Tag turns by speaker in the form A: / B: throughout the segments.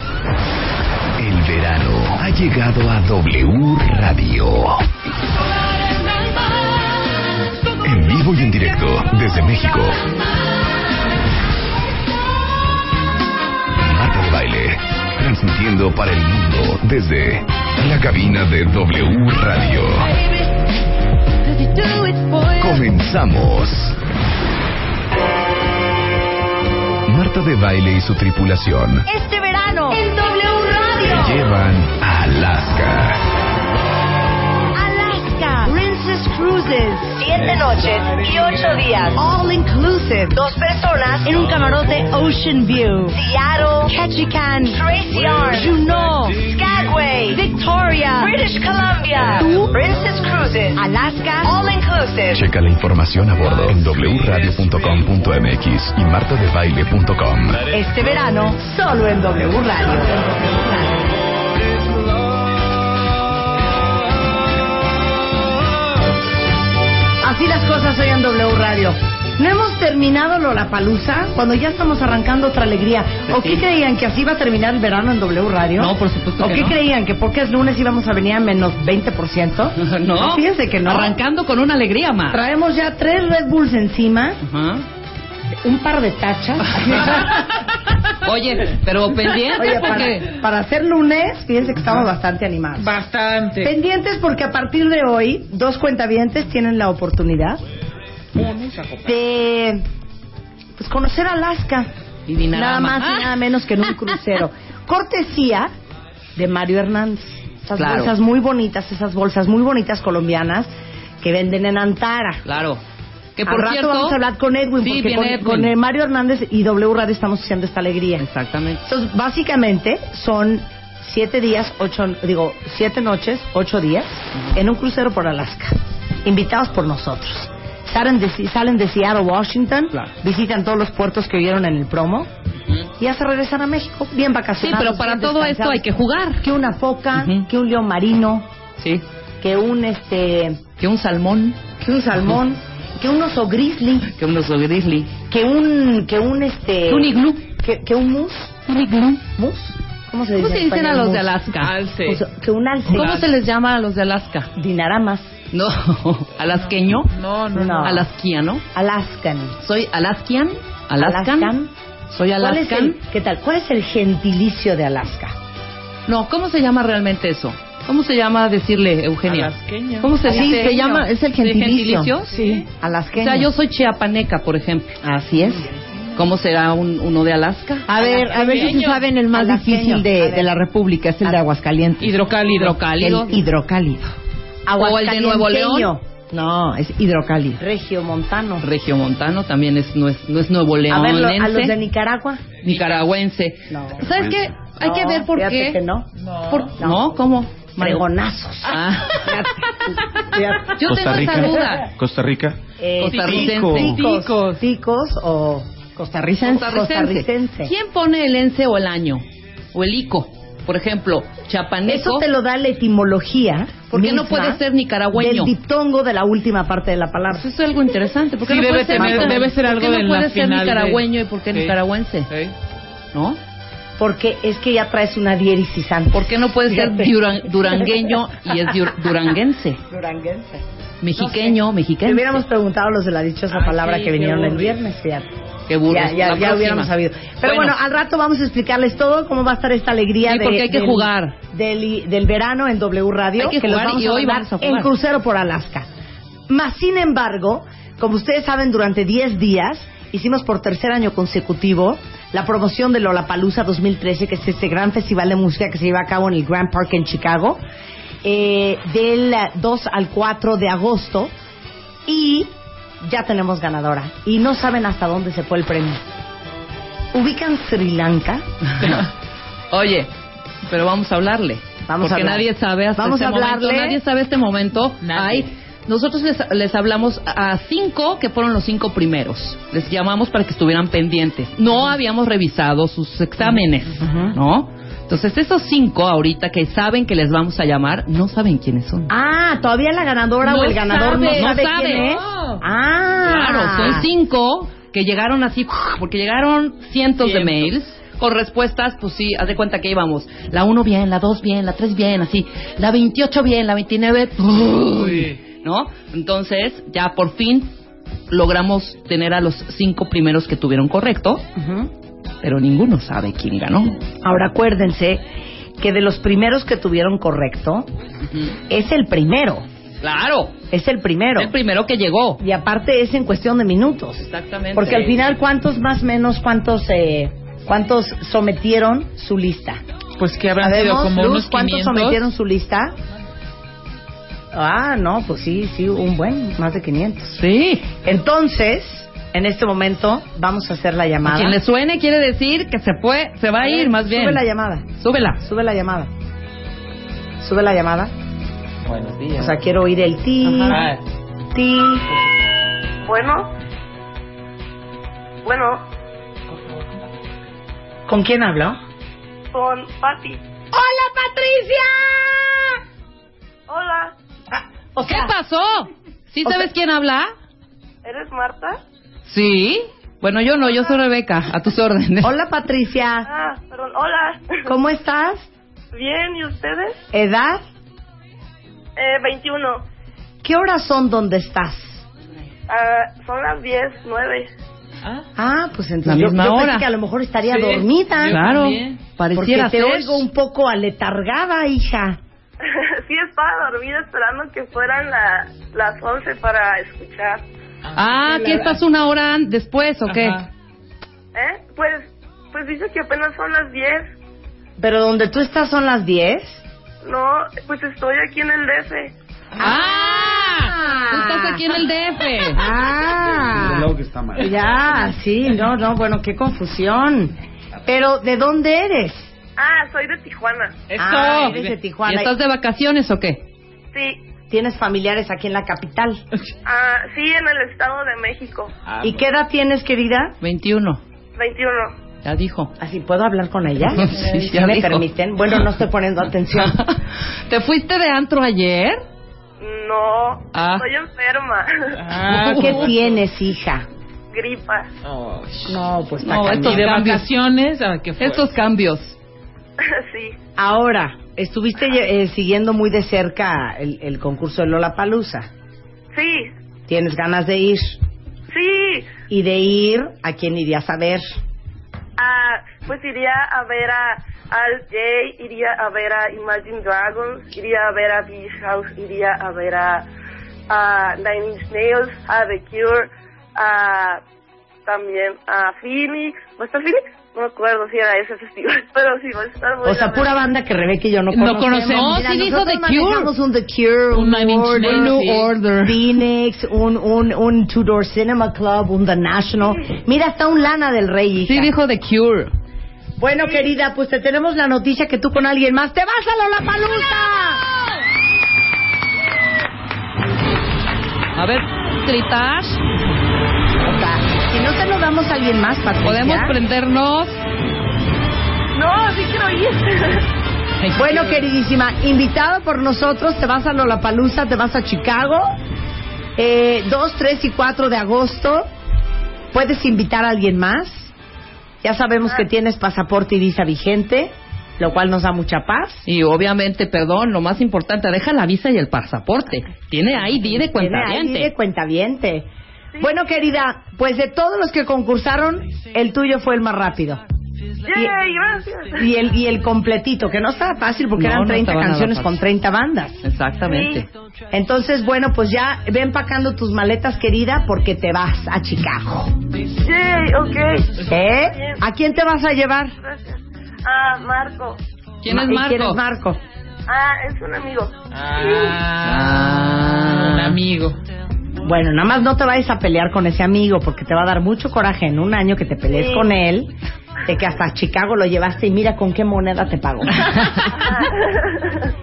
A: El verano ha llegado a W Radio. En vivo y en directo desde México. Marta de baile, transmitiendo para el mundo desde la cabina de W Radio. Comenzamos. Marta de baile y su tripulación
B: Este verano en W Radio.
A: llevan a Alaska.
B: Alaska. Princess Cruises. Siete noches y ocho días. All inclusive. Dos personas en un camarote Ocean View. Seattle. Ketchikan. Tracy Arm. Juneau. Skagway. Victoria. British Columbia. Tú. Princess Cruises. Alaska. All inclusive.
A: Checa la información a bordo en wradio.com.mx y martadebaile.com.
B: Este verano solo en W Radio.
C: Así las cosas hoy en W Radio. No hemos terminado Lollapalooza cuando ya estamos arrancando otra alegría. ¿O qué creían? ¿Que así iba a terminar el verano en W Radio?
D: Pues No, por supuesto
C: ¿O
D: que
C: qué
D: no.
C: creían? ¿Que porque es lunes íbamos a venir a menos 20%?
D: No.
C: Fíjense que no.
D: Arrancando con una alegría, ma.
C: Traemos ya tres Red Bulls encima,
D: Ajá.
C: un par de tachas.
D: Oye, pero pendiente
C: Oye,
D: porque...
C: para, para hacer lunes, fíjense que estamos bastante animados.
D: Bastante.
C: Pendientes porque a partir de hoy, dos cuentavientes tienen la oportunidad de pues, conocer Alaska. Nada
D: Divinarama.
C: más y nada menos que en un crucero. Cortesía de Mario Hernández. Esas
D: Claro.
C: bolsas muy bonitas, esas bolsas muy bonitas colombianas que venden en Antara.
D: Claro. Que
C: Al
D: por
C: rato
D: cierto...
C: vamos a hablar con Edwin,
D: Sí,
C: porque
D: viene
C: con,
D: Edwin.
C: con el Mario Hernández y W Radio estamos haciendo esta alegría.
D: Exactamente.
C: Entonces, básicamente son siete días, ocho, digo, siete noches, ocho días, en un crucero por Alaska, invitados por nosotros. Salen de, salen de Seattle, Washington,
D: Claro.
C: visitan todos los puertos que vieron en el promo y ya se regresan a México, bien
D: Sí,
C: vacacionados.
D: pero para
C: bien
D: todo esto
C: descansados.
D: hay que jugar.
C: Que una foca,
D: Ujú.
C: que un león marino,
D: Sí.
C: que un, este,
D: Que un salmón,
C: que un salmón, que un oso grizzly,
D: que un oso grizzly,
C: que un, que un, este...
D: que un iglú.
C: Que, que un mus,
D: Un iglú.
C: mus, ¿cómo se dice
D: ¿Cómo se
C: en
D: dicen
C: español
D: a los de
C: mus?
D: Alaska?
C: O sea, que un alce.
D: ¿Cómo se les llama a los de Alaska?
C: Dinaramas.
D: No, alasqueño,
C: No, no, no.
D: alasquiano.
C: Alaskan.
D: Soy alaskian, alaskan.
C: Alaskan.
D: Soy
C: ¿Cuál es
D: alaskan.
C: el, ¿Qué tal? ¿Cuál es el gentilicio de Alaska?
D: No, ¿cómo se llama realmente eso? ¿Cómo se llama decirle, Eugenia?
E: Alasqueño.
D: ¿Cómo se
C: Sí,
D: dice?
C: se llama- es el gentilicio.
D: gentilicio? Sí. O
C: Alasqueño.
D: sea, yo soy chiapaneca, por ejemplo.
C: Así es.
D: ¿Cómo será un- uno de Alaska?
F: A ver, a ver si se saben el más
C: Alaqueño.
F: difícil
C: A
F: de,
C: ver.
F: de la República, es el de Aguascalientes.
D: Ah, Hidrocálido. Hidrocálido.
F: El hidrocálido.
D: O el de Nuevo León.
C: Aguascalienteño.
F: No, es hidrocálido.
C: Regiomontano.
D: Regiomontano también es, no, es, no es nuevo
C: A ver, lo-
D: leonense.
C: a los de Nicaragua.
D: nicaragüense.
C: No.
D: ¿Sabes qué? Hay que
C: No,
D: ver por
C: fíjate
D: qué.
C: que no.
D: Por-
C: No.
D: no. ¿cómo?
C: Fregonazos.
D: Ah.
C: Fíjate.
D: Yo
G: Costa
D: tengo
G: Rica.
D: esa duda.
G: Costa Rica.
C: Eh,
D: Costarricense.
C: Ticos. Ticos o
F: Costarricense.
C: costarricense.
D: ¿Quién pone el ense o el año? O el ico. Por ejemplo, chapaneco.
C: Eso te lo da la etimología.
D: ¿Por qué no
C: misma
D: puede ser nicaragüeño?
C: Del diptongo de la última parte de la palabra.
D: Pues eso es algo interesante. porque
E: Sí,
D: no
E: debe
D: puede ser,
E: tener-
D: nicar-
E: debe ser
D: ¿por
E: algo
D: qué no
E: de la
D: puede ser
E: final de-
D: nicaragüeño y por qué
E: Sí.
D: nicaragüense?
E: Sí.
D: ¿No?
C: Porque es que ya traes una diéresis antes.
D: ¿Por qué no puede ser
C: Fíjate.
D: duran- durangueño y es dur- duranguense?
C: Duranguense.
D: Mexiqueño,
C: Le
D: mexicano.
C: hubiéramos preguntado a los de la dichosa palabra
E: sí,
C: que
E: qué
C: vinieron el
E: aburrido.
C: viernes, fíjate.
D: Qué burros.
C: Ya, ya,
D: La
C: ya
D: próxima.
C: hubiéramos sabido. Pero bueno. al rato vamos a explicarles todo, cómo va a estar esta alegría
D: Sí,
C: de-
D: porque hay que
C: del,
D: jugar.
C: Del, del verano en W Radio,
D: Hay que
C: los
D: jugar
C: vamos
D: y
C: a
D: hoy
C: mandar
D: vamos a jugar.
C: en crucero por Alaska. Más sin embargo, como ustedes saben, durante 10 días hicimos por tercer año consecutivo la promoción de Lollapalooza 2013, que es este gran festival de música que se lleva a cabo en el Grand Park en Chicago, eh, del eh, 2 al 4 de agosto. Y ya tenemos ganadora. Y no saben hasta dónde se fue el premio. ¿Ubican Sri Lanka?
D: Oye, pero vamos a hablarle.
C: Vamos a
D: porque
C: hablar.
D: nadie sabe hasta
C: Vamos
D: este
C: a hablarle.
D: momento, nadie sabe este momento.
E: Nadie.
D: Ay, nosotros les, les hablamos a cinco que fueron los cinco primeros. Les llamamos para que estuvieran pendientes. No habíamos revisado sus exámenes, ¿no? Entonces, esos cinco ahorita que saben que les vamos a llamar, no saben quiénes son.
C: Ah, todavía la ganadora
D: No
C: o el ganador
D: sabe,
C: no
D: no
C: sabe quién
D: sabe.
C: es. Ah,
D: Claro, son cinco que llegaron así, porque llegaron cientos de
E: Cientos.
D: mails con respuestas, pues sí, haz de cuenta que íbamos. La uno bien, la dos bien, la tres bien, así. La 28 bien, la 29, uy, ¿no? Entonces, ya por fin logramos tener a los cinco primeros que tuvieron correcto, pero ninguno sabe quién ganó.
C: Ahora acuérdense que de los primeros que tuvieron correcto, es el primero.
D: Claro,
C: Es el primero.
D: el primero que llegó.
C: y aparte es en cuestión de minutos.
D: Exactamente.
C: Porque al final, ¿cuántos más menos, cuántos, eh, cuántos sometieron su lista?
E: Pues que habrán sido
C: ¿Sabemos,
E: como
C: Luz,
E: unos
C: cuántos
E: 500.
C: sometieron su lista? Ah, no, pues sí, sí, un buen, más de 500.
D: Sí.
C: Entonces, en este momento, vamos a hacer la
D: A
C: llamada.
D: quien le suene quiere decir que se fue, se va a ir más bien.
C: Sube la llamada.
D: Súbela.
C: Sube la llamada. Sube la llamada. O sea, quiero oír el ti. Ti. Bueno. Bueno. ¿Con quién hablo?
G: con Patti.
C: ¡Hola, Patricia!
G: Hola,
C: O
D: ¿Qué
C: sea,
D: pasó? ¿Sí
C: o
D: sabes
C: sea-
D: quién habla?
G: ¿eres Marta?
D: Sí. Bueno, yo no, yo soy Rebeca, a tus órdenes.
C: hola, Patricia.
G: Ah, perdón, hola.
C: ¿Cómo estás?
G: Bien, ¿y ustedes?
C: ¿Edad?
G: Eh, 21.
C: ¿Qué horas son donde estás?
G: Ah, son las 10, 9.
C: Ah, pues
D: La
C: entonces yo-
D: misma
C: yo, pensé
D: hora.
C: que a lo mejor estaría
E: Sí,
C: dormida.
D: Claro,
E: también.
C: Porque
D: pareciera
C: te
D: ser.
C: oigo un poco aletargada, hija.
G: sí, estaba dormida esperando que fueran la- las 11 para escuchar.
D: Ah, ¿qué estás una hora an- después o qué?
E: Ajá.
G: ¿Eh? Pues, pues dice que apenas son las 10.
C: Pero donde tú estás son las 10.
G: No, pues estoy aquí en el DF.
D: Ah, tú estás aquí en el DF.
C: Ah. Ya, sí, no, no, bueno, qué confusión. Pero, ¿de dónde eres?
G: Ah, soy de Tijuana.
C: Ah,
D: Eso.
C: eres de
D: ¿Y
C: Tijuana.
D: estás de vacaciones o qué?
G: Sí.
C: ¿Tienes familiares aquí en la capital?
G: Ah, sí, en el Estado de México.
C: ¿Y qué edad tienes, querida?
D: 21.
G: 21.
D: Ya dijo.
C: Así, ¿puedo hablar con ella?
D: Sí,
C: si
D: ya
C: me
D: dijo.
C: permiten. Bueno, no estoy poniendo atención.
D: ¿Te fuiste de antro ayer?
G: No,
D: Ah.
G: estoy enferma.
E: Ah,
C: ¿Qué
E: como-
C: tienes, hija?
G: Gripa.
E: Oh,
C: No, pues está
D: No,
C: cañón.
D: estos
E: y de
D: cambios.
E: vacaciones, ¿a qué fue?
D: Estos cambios.
G: sí.
C: Ahora, estuviste eh, siguiendo muy de cerca el, el concurso de Lola Palusa.
G: Sí,
C: Tienes ganas de ir.
G: sí.
C: Y de ir, ¿a quién irías a ver?
G: Ah, pues iría a ver a Al Jay, iría a ver a Imagine Dragons, iría a ver a Beach House, iría a ver a, a Nine Inch Nails, a The Cure, a también a Phoenix. ¿Va a estar Phoenix? No me acuerdo si era ese festival, pero sí va a estar
C: O sea,
G: buena.
C: pura banda que Rebeca y yo no
E: No
C: conocemos.
E: conocemos.
C: Mira,
D: No, sí dijo
C: nosotros
D: The Cure.
C: manejamos un The Cure, un,
E: Un Nine Inch
C: Order,
E: Nails,
C: un
E: sí.
C: Order, Phoenix, un, un, un Two Door Cinema Club, un The National. Mira, está un Lana del Rey, hija.
D: Sí, dijo The Cure.
C: Bueno, querida, pues te tenemos la noticia que tú con alguien más te vas a Lola Palusa.
D: A ver, Tritash,
C: O sea, si no te lo damos a alguien más, Patricia.
D: podemos prendernos.
G: No, sí quiero ir.
C: Bueno, queridísima, invitado por nosotros, te vas a Lollapalooza, te vas a Chicago, eh, 2, 3 y 4 de agosto. Puedes invitar a alguien más. Ya sabemos
D: Ah.
C: que tienes pasaporte y visa vigente, lo cual nos da mucha paz.
D: Y obviamente, perdón, lo más importante, deja la visa y el pasaporte. Tiene ID de cuenta
C: Tiene ID de cuentaviente. Bueno, querida, pues de todos los que concursaron, el tuyo fue el más rápido.
G: Yay, gracias.
C: Y el, y el completito, que no estaba fácil porque
D: No,
C: eran
D: no
C: 30
D: estaba nada
C: canciones
D: fácil.
C: con 30 bandas.
D: Exactamente.
C: Entonces, bueno, pues ya ve empacando tus maletas, querida, porque te vas a Chicago.
G: Yay, ok.
C: ¿Eh? ¿A quién te vas a llevar?
G: Gracias. Ah, Marco.
D: ¿Quién es
C: Ma- ¿Y
D: Marco?
C: ¿Quién es Marco?
G: Ah, es un amigo.
E: Ah, un amigo.
C: Bueno, nada más no te vayas a pelear con ese amigo porque te va a dar mucho coraje en un año que te pelees
G: Sí.
C: con él de que hasta Chicago lo llevaste y mira con qué moneda te pagó.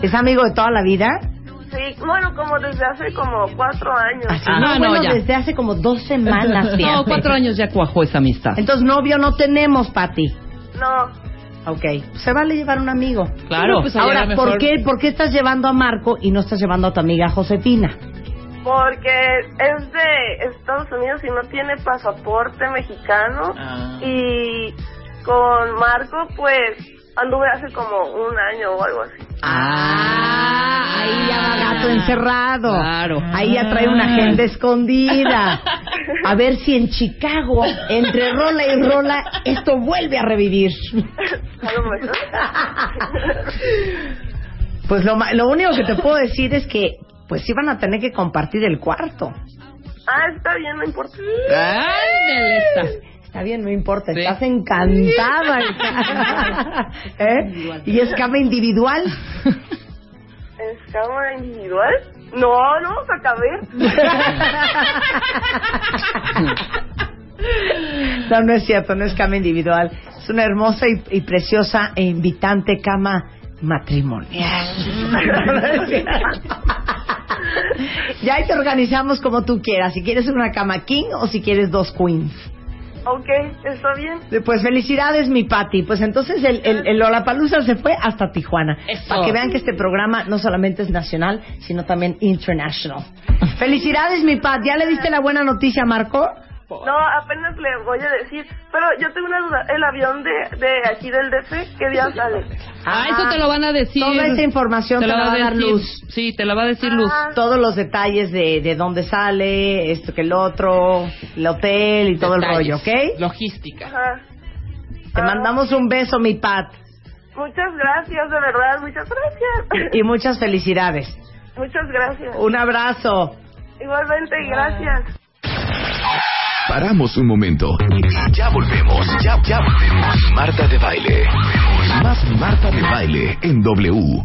C: ¿Es amigo de toda la vida?
G: Sí, bueno, como desde hace como cuatro años.
C: Así,
D: Ah,
C: no,
D: no,
C: bueno,
D: ya.
C: desde hace como dos semanas.
D: No,
C: fíjate.
D: cuatro años ya cuajó esa amistad.
C: Entonces, novio no tenemos, Pati.
G: No,
C: Ok. Se vale llevar un amigo.
D: Claro.
E: Pues allá
C: Ahora,
E: era
C: ¿por
E: mejor.
C: qué, ¿por qué estás llevando a Marco y no estás llevando a tu amiga Josefina?
G: porque es de Estados Unidos y no tiene pasaporte mexicano.
E: Ah.
G: Y con Marco, pues, anduve hace como un año o algo así.
C: Ah, ahí ya va gato encerrado. Ah.
D: Claro.
C: Ahí ya trae una agenda escondida. A ver si en Chicago, entre rola y rola, esto vuelve a revivir.
G: A lo mejor.
C: Pues lo, ma- lo único que te puedo decir es que, pues sí van a tener que compartir el cuarto.
G: ah, está bien, no importa.
D: Ándale, está.
C: Está bien, no importa,
D: Sí.
C: estás encantada. ¿Eh? Y es cama individual.
G: ¿Es cámara individual? No, no vamos a caber.
C: No, no es cierto, no es cama individual. Es una hermosa y, y preciosa e invitante cama matrimonial. ya ahí te organizamos como tú quieras. Si quieres una cama king o si quieres dos queens.
G: Ok, está bien.
C: Pues felicidades, mi Pati. Pues entonces el, el, el Lollapalooza se fue hasta Tijuana.
D: Eso.
C: Para que vean que este programa no solamente es nacional, sino también international. felicidades, mi Pat. ¿Ya le diste la buena noticia a Marco?
G: No, apenas le voy a decir. Pero yo tengo una duda. ¿El avión de, de aquí del DF qué día sale?
D: Ah, eso te lo van a decir.
C: Toda esa información te, la va a dar
D: decir.
C: luz.
D: Sí, te la va a decir luz.
G: Ah,
C: Todos los detalles de, de dónde sale, esto que el otro, el hotel y todo
E: Detalles.
C: el rollo, ¿ok?
E: Logística.
G: ajá.
C: Te
G: Ah.
C: mandamos un beso, mi Pat.
G: Muchas gracias, de verdad, muchas gracias.
C: Y muchas felicidades.
G: Muchas gracias.
C: Un abrazo.
G: Igualmente, gracias.
A: Paramos un momento. Ya volvemos, ya, ya volvemos. Marta de baile. Más Marta de baile en W.